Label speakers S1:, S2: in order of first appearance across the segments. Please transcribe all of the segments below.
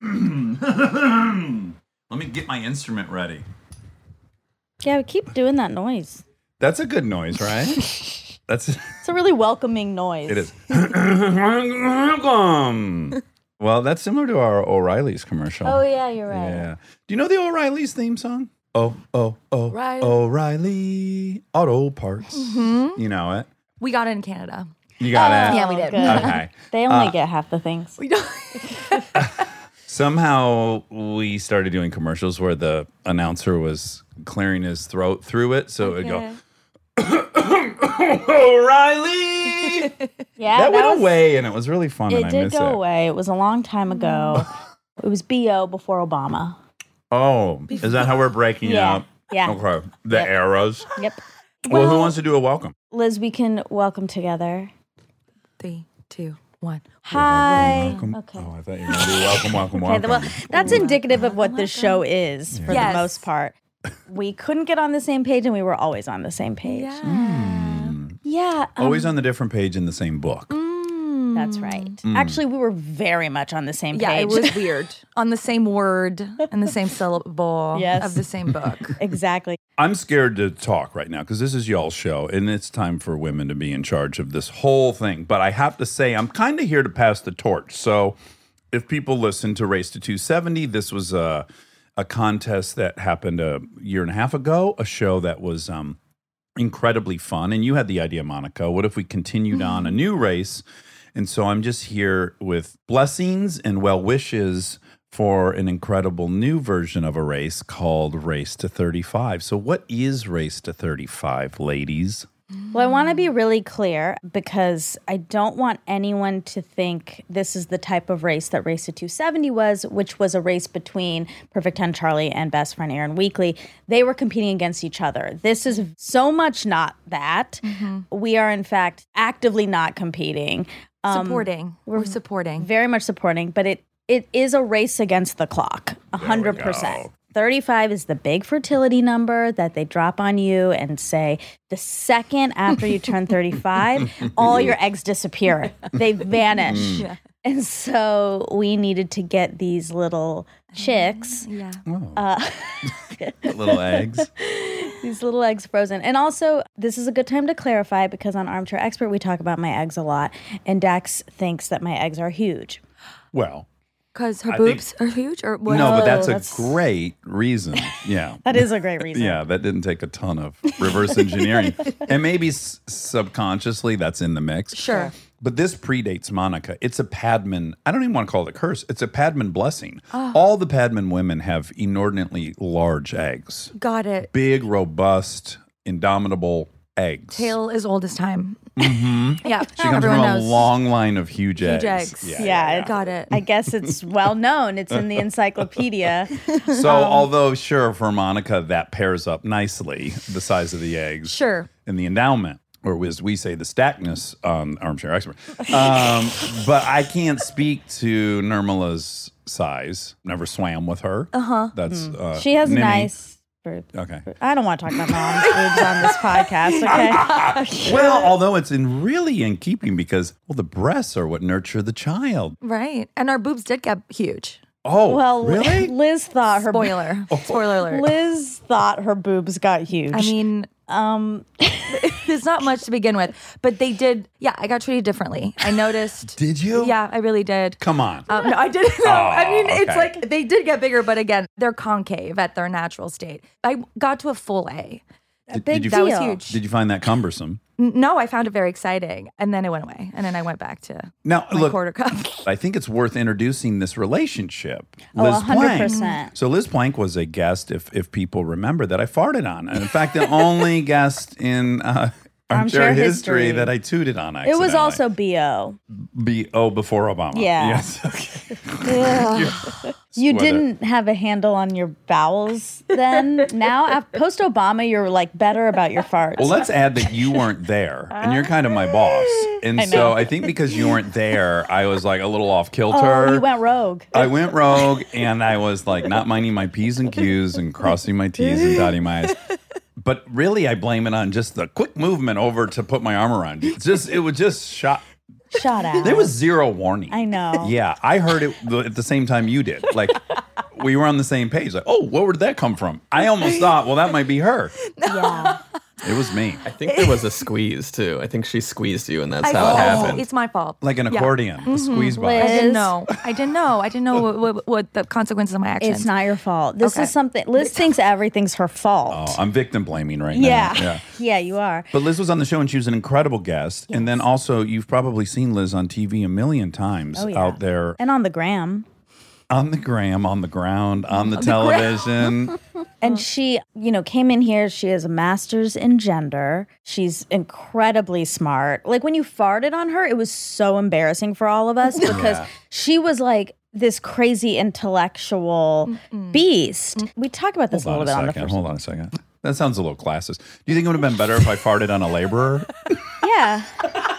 S1: Let me get my instrument ready.
S2: Yeah, we keep doing that noise.
S3: That's a good noise, right? That's
S2: It's a really welcoming noise.
S3: it is. Welcome. Well, that's similar to our O'Reilly's commercial.
S2: Oh yeah, you're right.
S3: Yeah. Do you know the O'Reilly's theme song? Oh, oh, oh,
S4: Right.
S3: O'Reilly Auto Parts.
S2: Mm-hmm.
S3: You know it.
S4: We got it in Canada.
S3: You got
S2: Oh,
S3: it.
S4: Yeah, we did.
S2: good.
S3: Okay. Uh,
S2: They only get half the things.
S4: We don't.
S3: Somehow we started doing commercials where the announcer was clearing his throat through it, so it would go O'Reilly.
S2: Yeah,
S3: that went
S2: was-
S3: away, and it was really fun. and
S2: It
S3: I
S2: did
S3: miss
S2: go
S3: it.
S2: away. It was a long time ago. it was bo before Obama.
S3: Oh, is that how we're breaking it
S2: Yeah.
S3: up?
S2: Yeah.
S3: Okay. The
S2: Yep.
S3: eras.
S2: Yep.
S3: Well, who wants to do a welcome?
S2: Liz, we can welcome together.
S4: Three, two, one.
S2: Hi. Okay.
S3: Oh, I thought you were going to do welcome, welcome,
S2: Okay,
S3: welcome.
S2: the- well, that's indicative of what this show is for
S4: Yes.
S2: the most part. We couldn't get on the same page, and we were always on the same page.
S4: Yeah.
S2: Yeah, um,
S3: Always on the different page in the same book.
S2: That's right.
S3: Mm.
S2: Actually, we were very much on the same
S4: Yeah,
S2: page.
S4: it was weird. On the same word and the same syllable
S2: Yes.
S4: of the same book.
S2: exactly.
S3: I'm scared to talk right now because this is y'all's show and it's time for women to be in charge of this whole thing. But I have to say, I'm kind of here to pass the torch. So if people listen to Race to 270, this was a, a contest that happened a year and a half ago, a show that was um, incredibly fun. And you had the idea, Monica. What if we continued on a new race? And so I'm just here with blessings and well wishes for an incredible new version of a race called Race to 35. So, what is Race to 35, ladies?
S2: Well, I want to be really clear because I don't want anyone to think this is the type of race that Race to 270 was, which was a race between Perfect 10 Charlie and best friend Aaron Weekly. They were competing against each other. This is so much not that. We are, in fact, actively not competing. Um,
S4: supporting. We're, supporting.
S2: very much supporting, but it it is a race against the clock, a hundred percent. Thirty-five is the big fertility number that they drop on you and say the second after you turn thirty-five, all your eggs disappear. They vanish. And so we needed to get these little chicks,
S4: Yeah.
S2: Oh.
S3: Oh, Little eggs.
S2: these little eggs frozen. And also, this is a good time to clarify because on Armchair Expert, we talk about my eggs a lot. And Dax thinks that my eggs are huge.
S3: Well,
S4: Because her
S3: I think-
S4: boobs are huge or what?
S3: no, but that's a
S2: that's-
S3: great reason. Yeah.
S2: That is a great reason.
S3: Yeah, that didn't take a ton of reverse engineering. and maybe s- subconsciously that's in the mix.
S4: Sure.
S3: But this predates Monica. It's a Padman, I don't even want to call it a curse. It's a Padman blessing.
S4: Ah.
S3: All the Padman women have inordinately large eggs,
S4: Got it.
S3: big, robust, indomitable eggs.
S4: Tail is old as time. yeah.
S3: Mm-hmm. she comes
S4: Everyone
S3: from a
S4: knows.
S3: long line of huge,
S4: Huge
S3: eggs.
S4: eggs.
S3: Yeah.
S2: Yeah, it-
S4: Got it.
S2: I guess it's well known. It's in the encyclopedia.
S3: So,
S4: Um,
S3: although sure for Monica that pairs up nicely, the size of the eggs.
S4: Sure.
S3: and the endowment, or as we say, the stackness on Armchair Expert. Um, but I can't speak to Nirmala's size. Never swam with her. Uh-huh. That's, uh
S2: Hmm. She has
S3: Nimi.
S2: nice. boobs.
S3: Okay.
S2: I don't want to talk about mom's boobs on this podcast.
S4: Oh,
S2: Okay.
S3: Well, although it's in really in keeping because well, the breasts are what nurture the child.
S4: Right. And our boobs did get huge.
S3: Oh,
S2: Well,
S3: really?
S2: Liz thought her
S4: Spoiler.
S3: Oh.
S4: Spoiler alert.
S2: Liz thought her boobs got huge.
S4: I mean, um, there's not much to begin with, but they did. Yeah, I got treated differently. I noticed.
S3: Did you?
S4: Yeah, I really did.
S3: Come on.
S4: Um, no, I didn't know. I mean,
S3: okay.
S4: it's like they did get bigger, but again, they're concave at their natural state. I got to a full A.
S3: did,
S2: big
S3: did you,
S4: That was
S2: Deal.
S4: huge.
S3: Did you find that cumbersome?
S4: N- no, I found it very exciting, and then it went away, and then I went back to
S3: Now,
S4: my
S3: look,
S4: quarter cup.
S3: I think it's worth introducing this relationship.
S2: Oh,
S3: Liz
S2: 100%.
S3: Plank. So Liz Plank was a guest, if if people remember, that I farted on. And in fact, the only guest in uh, armchair,
S2: Armchair
S3: history,
S2: History.
S3: that I tooted on.
S2: it was
S3: accidentally.
S2: also bo.
S3: B O before Obama.
S2: Yeah.
S3: Yes. Okay.
S2: You
S3: Sweater.
S2: didn't have a handle on your bowels then. now, post Obama, you're like better about your farts.
S3: Well, let's add that you weren't there, and you're kind of my boss. And so I think because you weren't there, I was like a little off kilter.
S2: oh, you went rogue.
S3: I went rogue and I was like not minding my P's and Q's and crossing my T's and dotting my I's. But really, I blame it on just the quick movement over to put my arm around you. It's just it was just shot
S2: Shut up.
S3: There was zero warning.
S2: I know.
S3: Yeah, I heard it the- at the same time you did. Like, we were on the same page. Like, oh, where did that come from? I almost thought, well, that might be her. It
S2: Yeah.
S3: was me,
S5: I think there was a squeeze too. I think she squeezed you, and that's
S4: I,
S5: how
S4: oh,
S5: it happened.
S4: It's my fault.
S3: like an accordion,
S2: Mm-hmm.
S3: a squeeze box.
S4: I
S2: Liz.
S4: didn't know. I didn't know. I didn't know what, what, what the consequences of my actions.
S2: It's not your fault. This
S4: Okay.
S2: is something Liz thinks everything's her fault.
S3: Oh, I'm victim blaming right
S2: yeah.
S3: now.
S2: yeah. you are.
S3: But Liz was on the show and she was an incredible guest. And then also, you've probably seen Liz on TV a million times
S2: Oh, yeah.
S3: out there
S2: And on the gram.
S3: on the gram, on the ground, on the television.
S2: And she, you know, came in here. She has a master's in gender. She's incredibly smart. Like when you farted on her, it was so embarrassing for all of us because she was like this crazy intellectual beast. We talk about this a
S3: Hold on
S2: little
S3: a
S2: bit on the
S3: second.
S2: first.
S3: Hold on a second. That sounds a little classist. Do you think it would have been better if I farted on a laborer?
S2: Yeah.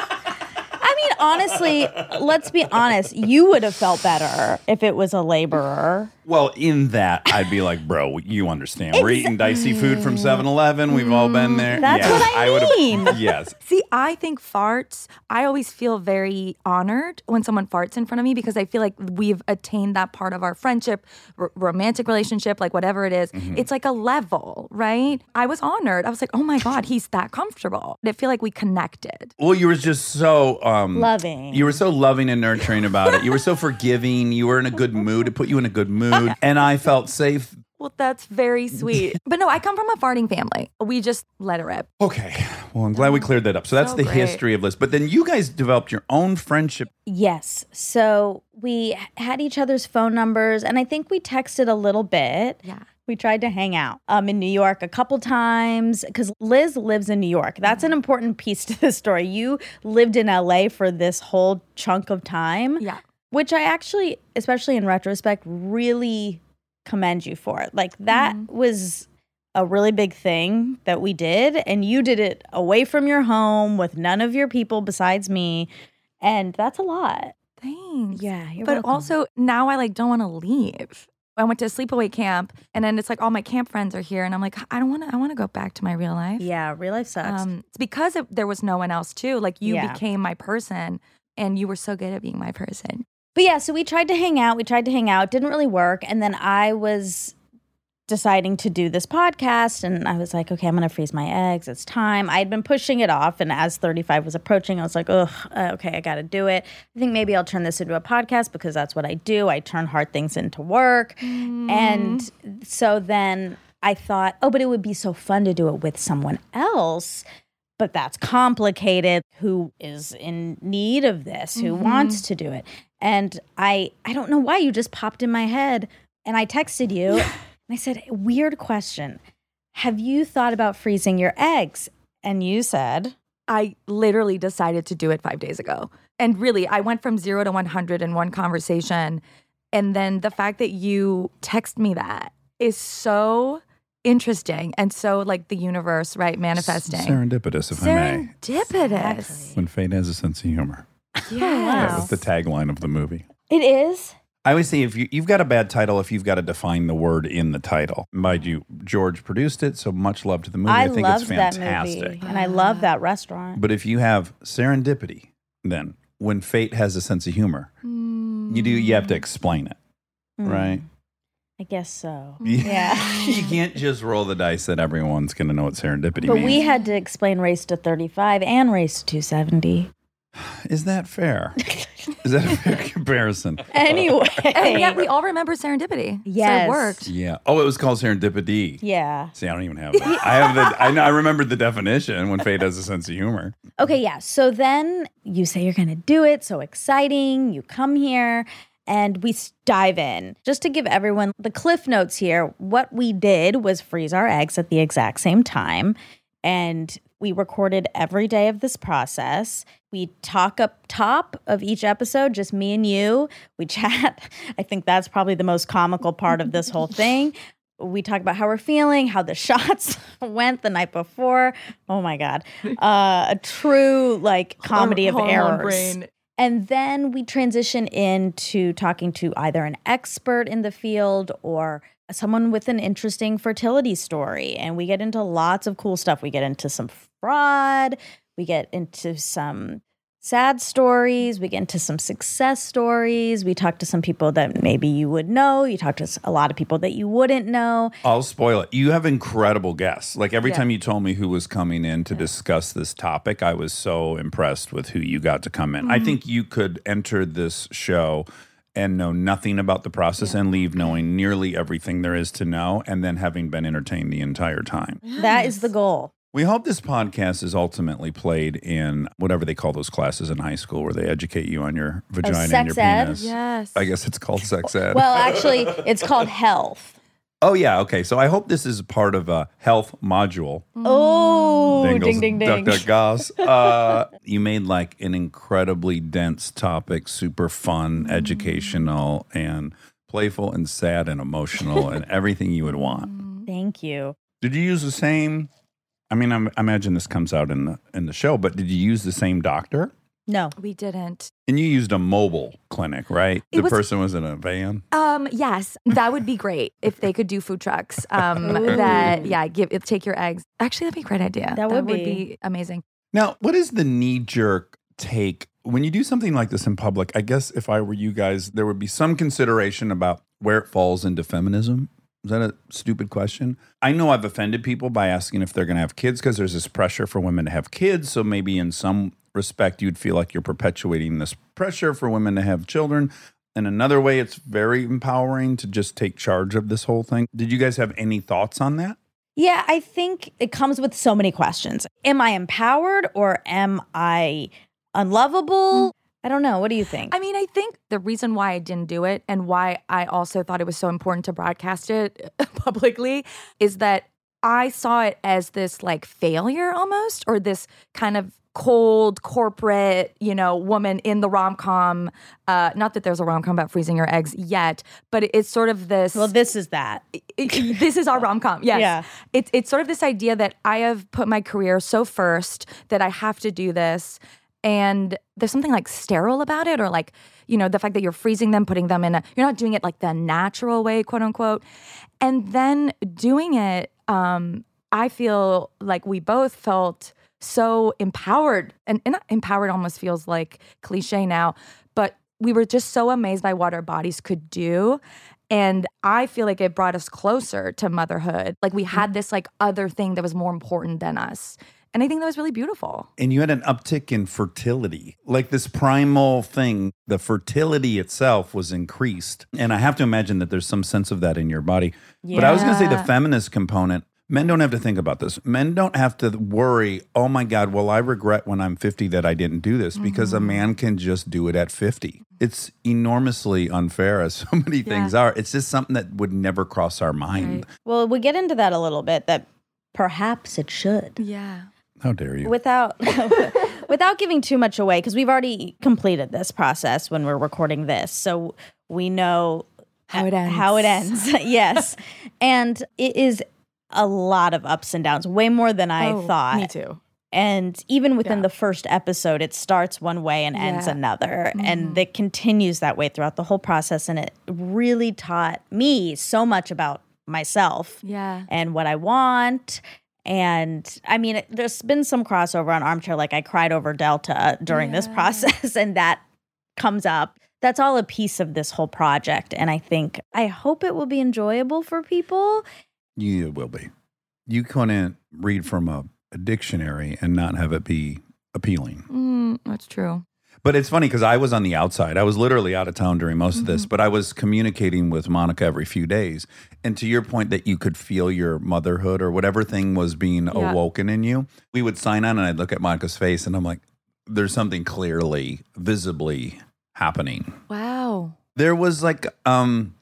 S2: I mean, honestly, let's be honest. You would have felt better if it was a laborer.
S3: Well, in that, I'd be like, bro, you understand. We're eating dicey food from 7 Eleven. We've all been there.
S2: Mm, That's what I
S3: would've-
S2: mean.
S3: Yes.
S4: See, I think farts, I always feel very honored when someone farts in front of me because I feel like we've attained that part of our friendship, r- romantic relationship, like whatever it is. It's like a level, right? I was honored. I was like, oh my God, he's that comfortable. I feel like we connected.
S3: Well, you were just so um,
S2: Loving.
S3: You were so loving and nurturing about it. You were so forgiving. You were in a good mood. It put you in a good mood, and I felt safe.
S4: Well, that's very sweet. but no, I come from a farting family. We just let it rip.
S3: Okay. Well, I'm
S2: Oh,
S3: glad we cleared that up. So that's
S4: So
S3: the
S4: great.
S3: history of Liz. But then you guys developed your own friendship.
S2: Yes. So we had each other's phone numbers, and I think we texted a little bit.
S4: Yeah.
S2: We tried to hang out um, in New York a couple times because Liz lives in New York. That's an important piece to the story. You lived in LA for this whole chunk of time.
S4: Yeah.
S2: which I actually, especially in retrospect, really commend you for. Like that was a really big thing that we did, and you did it away from your home with none of your people besides me, and that's a lot.
S4: Thanks.
S2: Yeah, you're
S4: but
S2: welcome.
S4: also now I like don't want to leave. I went to sleepaway camp, and then it's like all my camp friends are here, and I'm like, I don't want to. I want to go back to my real life.
S2: Yeah, real life sucks.
S4: Um, it's because it, there was no one else too. Like you
S2: Yeah.
S4: became my person, and you were so good at being my person.
S2: But yeah, so we tried to hang out. We tried to hang out. It didn't really work. And then I was deciding to do this podcast and I was like, okay, I'm going to freeze my eggs. It's time. I had been pushing it off. And as 35 was approaching, I was like, ugh, uh, okay, I got to do it. I think maybe I'll turn this into a podcast because that's what I do. I turn hard things into work. And so then I thought, oh, but it would be so fun to do it with someone else but that's complicated who is in need of this who wants to do it and i i don't know why you just popped in my head and i texted you and i said weird question have you thought about freezing your eggs and you said
S4: I literally decided to do it five days ago, and really, I went from zero to one hundred in one conversation, and then the fact that you text me that is so interesting and so like the universe right manifesting
S3: Serendipitous, if I may.
S4: Serendipitous.
S3: When fate has a sense of humor.
S2: Yes.
S3: That was the tagline of the movie.
S2: it is
S3: I always say if you, you've got a bad title, if you've got to define the word in the title. Mind you, George produced it, so much love to the movie. I,
S2: i,
S3: think
S2: loved
S3: it's
S2: that
S3: fantastic.
S2: movie and i love that restaurant
S3: But if you have serendipity, then when fate has a sense of humor, you do you have to explain it,
S2: Hmm.
S3: right?
S2: Mm, i guess so
S3: Yeah, you can't just roll the dice that everyone's going to know what serendipity
S2: but
S3: means.
S2: we had to explain race to 35 and race to 70
S3: Is that fair? Is that a fair comparison?
S2: anyway
S4: And yet we all remember serendipity. So
S2: Yes.
S4: it worked.
S3: Yeah. Oh, it was called serendipity.
S2: yeah
S3: See, I don't even have that. I have the. I know. I remember the definition when fate has a sense of humor.
S2: Okay, yeah. So then you say you're going to do it. So exciting. You come here and we s- dive in. Just to give everyone the cliff notes here, what we did was freeze our eggs at the exact same time. And we recorded every day of this process. We talk up top of each episode, just me and you. We chat. I think that's probably the most comical part of this whole thing we talk about how we're feeling, how the shots went the night before. Oh my god, uh, a true like comedy of
S4: Hormone
S2: errors.
S4: brain.
S2: And then we transition into talking to either an expert in the field or someone with an interesting fertility story. And we get into lots of cool stuff. We get into some fraud, we get into some sad stories, we get into some success stories, we talk to some people that maybe you would know, you talk to s- a lot of people that you wouldn't know.
S3: I'll spoil it. You have incredible guests. Like every time you told me who was coming in to discuss this topic, I was so impressed with who you got to come in.
S2: Mm-hmm.
S3: I think you could enter this show and know nothing about the process and leave knowing nearly everything there is to know and then having been entertained the entire time.
S2: That is the goal.
S3: We hope this podcast is ultimately played in whatever they call those classes in high school where they educate you on your vagina and your
S2: sex ed?
S3: penis.
S4: Yes.
S3: I guess it's called sex ed.
S2: Well, actually, it's called health.
S3: oh yeah, okay. So I hope this is part of a health module.
S2: Oh,
S3: Dingles,
S2: Mm. ding, ding, ding.
S3: Duck, duck, goss. Uh, you made like an incredibly dense topic, super fun,
S2: Mm.
S3: educational, and playful, and sad, and emotional, and everything you would
S2: Mm.
S3: want.
S2: Thank you.
S3: Did you use the same? I mean, I'm, I imagine this comes out in the in the show, but did you use the same doctor?
S2: No.
S4: we didn't.
S3: And you used a mobile clinic, right?
S4: It
S3: the
S4: was-
S3: person was in a van.
S4: Um, yes, that would be great if they could do food trucks. Um,
S2: Ooh.
S4: that yeah, give take your eggs. Actually, that'd be a great idea.
S2: That would be.
S4: amazing.
S3: Now, what is the knee jerk take when you do something like this in public? I guess if I were you guys, there would be some consideration about where it falls into feminism. Is that a stupid question? I know I've offended people by asking if they're going to have kids because there's this pressure for women to have kids. So maybe in some respect, you'd feel like you're perpetuating this pressure for women to have children. In another way, it's very empowering to just take charge of this whole thing. Did you guys have any thoughts on that?
S2: Yeah, I think it comes with so many questions. Am I empowered or am I unlovable? I don't know. What do you think?
S4: Mm. I mean, I think the reason why I didn't do it and why I also thought it was so important to broadcast it publicly is that I saw it as this like failure almost, or this kind of cold corporate, you know, woman in the rom com. Uh, not that there's a rom com about freezing your eggs yet, but it's sort of this
S2: well, this is that.
S4: it- it- this is our rom com. Yes.
S2: Yeah.
S4: It's it's sort of this idea that I have put my career so first that I have to do this. And there's something like sterile about it, or like, you know, the fact that you're freezing them, putting them in a, you're not doing it like the natural way, quote unquote. And then doing it, um, I feel like we both felt so empowered. And, and empowered almost feels like cliche now, but we were just so amazed by what our bodies could do and i feel like it brought us closer to motherhood like we had this like other thing that was more important than us and i think that was really beautiful
S3: and you had an uptick in fertility like this primal thing the fertility itself was increased and i have to imagine that there's some sense of that in your body but i was going to say the
S4: Yeah.
S3: feminist component men don't have to think about this men don't have to worry oh my god well i regret when i'm 50 that i didn't do this because a man can just do it at 50 it's enormously unfair as so many things are it's just something that would never cross our mind
S2: Well, we get into that a little bit that perhaps it should.
S4: yeah
S3: how dare you
S2: Without without giving too much away because we've already completed this process when we're recording this. So we know
S4: how it ends
S2: how it ends. yes. And it is a lot of ups and downs, way more than I
S4: Oh,
S2: thought.
S4: me too
S2: And even within
S4: Yeah.
S2: the first episode, it starts one way and ends
S4: Yeah. Mm-hmm.
S2: another. And it continues that way throughout the whole process. And it really taught me so much about myself
S4: yeah
S2: and what I want. And I mean, it, there's been some crossover on Armchair. Like I cried over Delta during this
S4: Yeah.
S2: process, and that comes up. That's all a piece of this whole project. And I think, I hope it will be enjoyable for people.
S3: You will be. You couldn't read from a, a dictionary and not have it be appealing.
S4: Mm, that's true
S3: But it's funny because I was on the outside. I was literally out of town during most of this, but I was communicating with Monica every few days. And to your point that you could feel your motherhood or whatever thing was being
S4: Yeah.
S3: awoken in you, we would sign on and I'd look at Monica's face and I'm like, there's something clearly, visibly happening.
S4: wow
S3: There was like, um,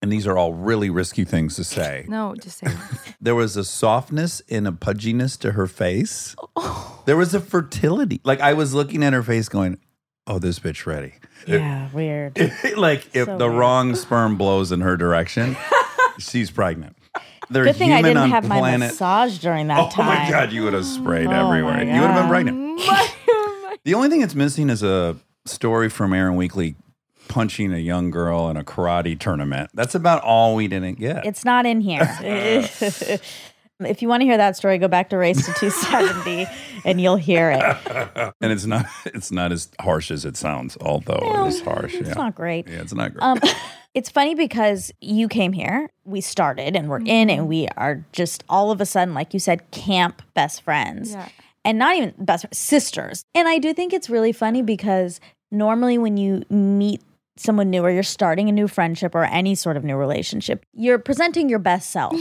S3: and these are all really risky things to say.
S4: no just say it.
S3: There was a softness and a pudginess to her face.
S4: Oh.
S3: There was a fertility. Like I was looking at her face going, Oh, this bitch ready.
S2: Yeah, weird.
S3: like if
S2: So
S3: the
S2: weird.
S3: wrong sperm blows in her direction, she's pregnant. They're
S2: Good thing I
S3: human
S2: didn't
S3: on
S2: have my
S3: planet.
S2: massage during that
S3: oh
S2: time.
S3: my god, you would have sprayed
S2: Oh my
S3: everywhere. You would have been
S2: God. oh
S3: pregnant. The only thing that's missing is a story from Aaron Weekly punching a young girl in a karate tournament. That's about all we didn't get.
S2: It's not in here. If you want to hear that story, go back to Race to 270 and you'll hear it.
S3: and it's not it's not as harsh as it sounds, although it is harsh.
S2: It's
S3: yeah.
S2: not great.
S3: yeah, it's not great.
S2: Um, it's funny because you came here, we started and we're in,
S3: Mm-hmm.
S2: and we are just all of a sudden, like you said, camp best friends.
S4: Yeah.
S2: And not even best friends, sisters. And I do think it's really funny because normally when you meet someone new or you're starting a new friendship or any sort of new relationship, you're presenting your best self.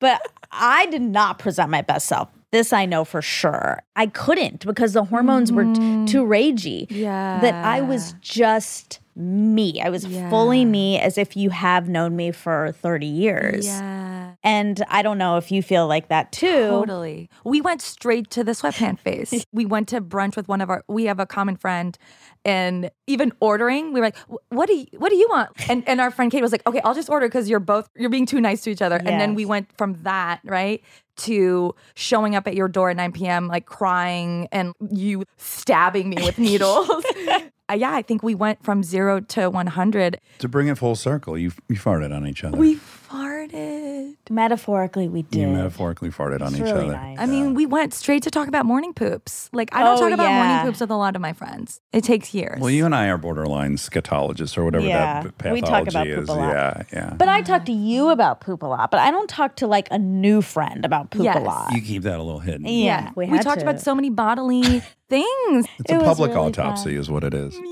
S2: But I did not present my best self. This I know for sure. I couldn't because the hormones were t- too ragey
S4: Mm-hmm. Yeah.
S2: that I was just me. I was fully me as if you have known me for 30 years.
S4: Yeah.
S2: And I don't know if you feel like that too.
S4: Totally. We went straight to the sweatpant phase. we went to brunch with one of our. We have a common friend, and even ordering, we were like, "Wh- "What do you What do you want?" And and our friend Kate was like, "Okay, I'll just order because you're both you're being too nice to each other." And then we
S2: Yes.
S4: went from that right to showing up at your door at 9 p.m. like crying and you stabbing me with needles. Uh, yeah, I think we went from zero to 100.
S3: to bring it full circle, you you farted on each other.
S4: We farted.
S2: Metaphorically, we did.
S3: you metaphorically farted on
S2: It's
S3: each
S2: really
S3: other.
S2: nice.
S4: I mean, we went straight to talk about morning poops. Like, I don't
S2: Oh,
S4: talk about
S2: yeah.
S4: morning poops with a lot of my friends. It takes years.
S3: Well, you and I are borderline scatologists or whatever
S2: Yeah,
S3: that pathology
S2: we talk about poop
S3: is.
S2: a lot.
S3: Yeah, yeah.
S2: but I talk to you about poop a lot, but I don't talk to like a new friend about poop
S4: Yes.
S2: a lot.
S3: you keep that a little hidden.
S2: Yeah. we
S4: we,
S2: had
S4: talked
S2: to.
S4: about so many bodily things.
S3: It's
S2: It
S3: a
S2: was
S3: public
S2: really
S3: autopsy, is what it is.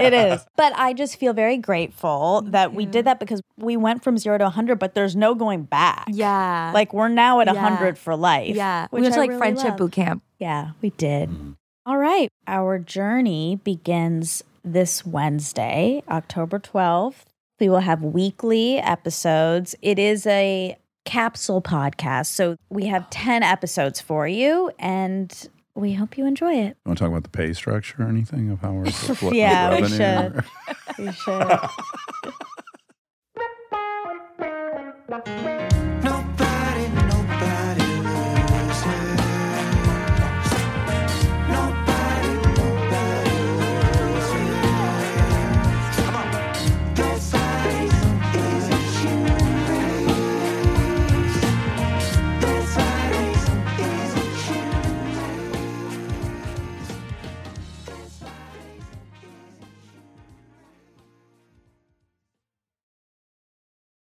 S2: it is. But I just feel very grateful that we did that because we went from zero to 100, but there's no going back.
S4: yeah.
S2: Like we're now at
S4: Yeah.
S2: 100 for life.
S4: yeah.
S2: Which
S4: we went
S2: I
S4: to like
S2: really
S4: friendship
S2: love.
S4: boot camp.
S2: Yeah, we did. All right. Our journey begins this Wednesday, October 12th. We will have weekly episodes. It is a capsule podcast. So we have 10 episodes for you, and we hope you enjoy it.
S3: You want to talk about the pay structure or anything of how we're what
S2: Yeah, we
S3: revenue
S2: should. We should.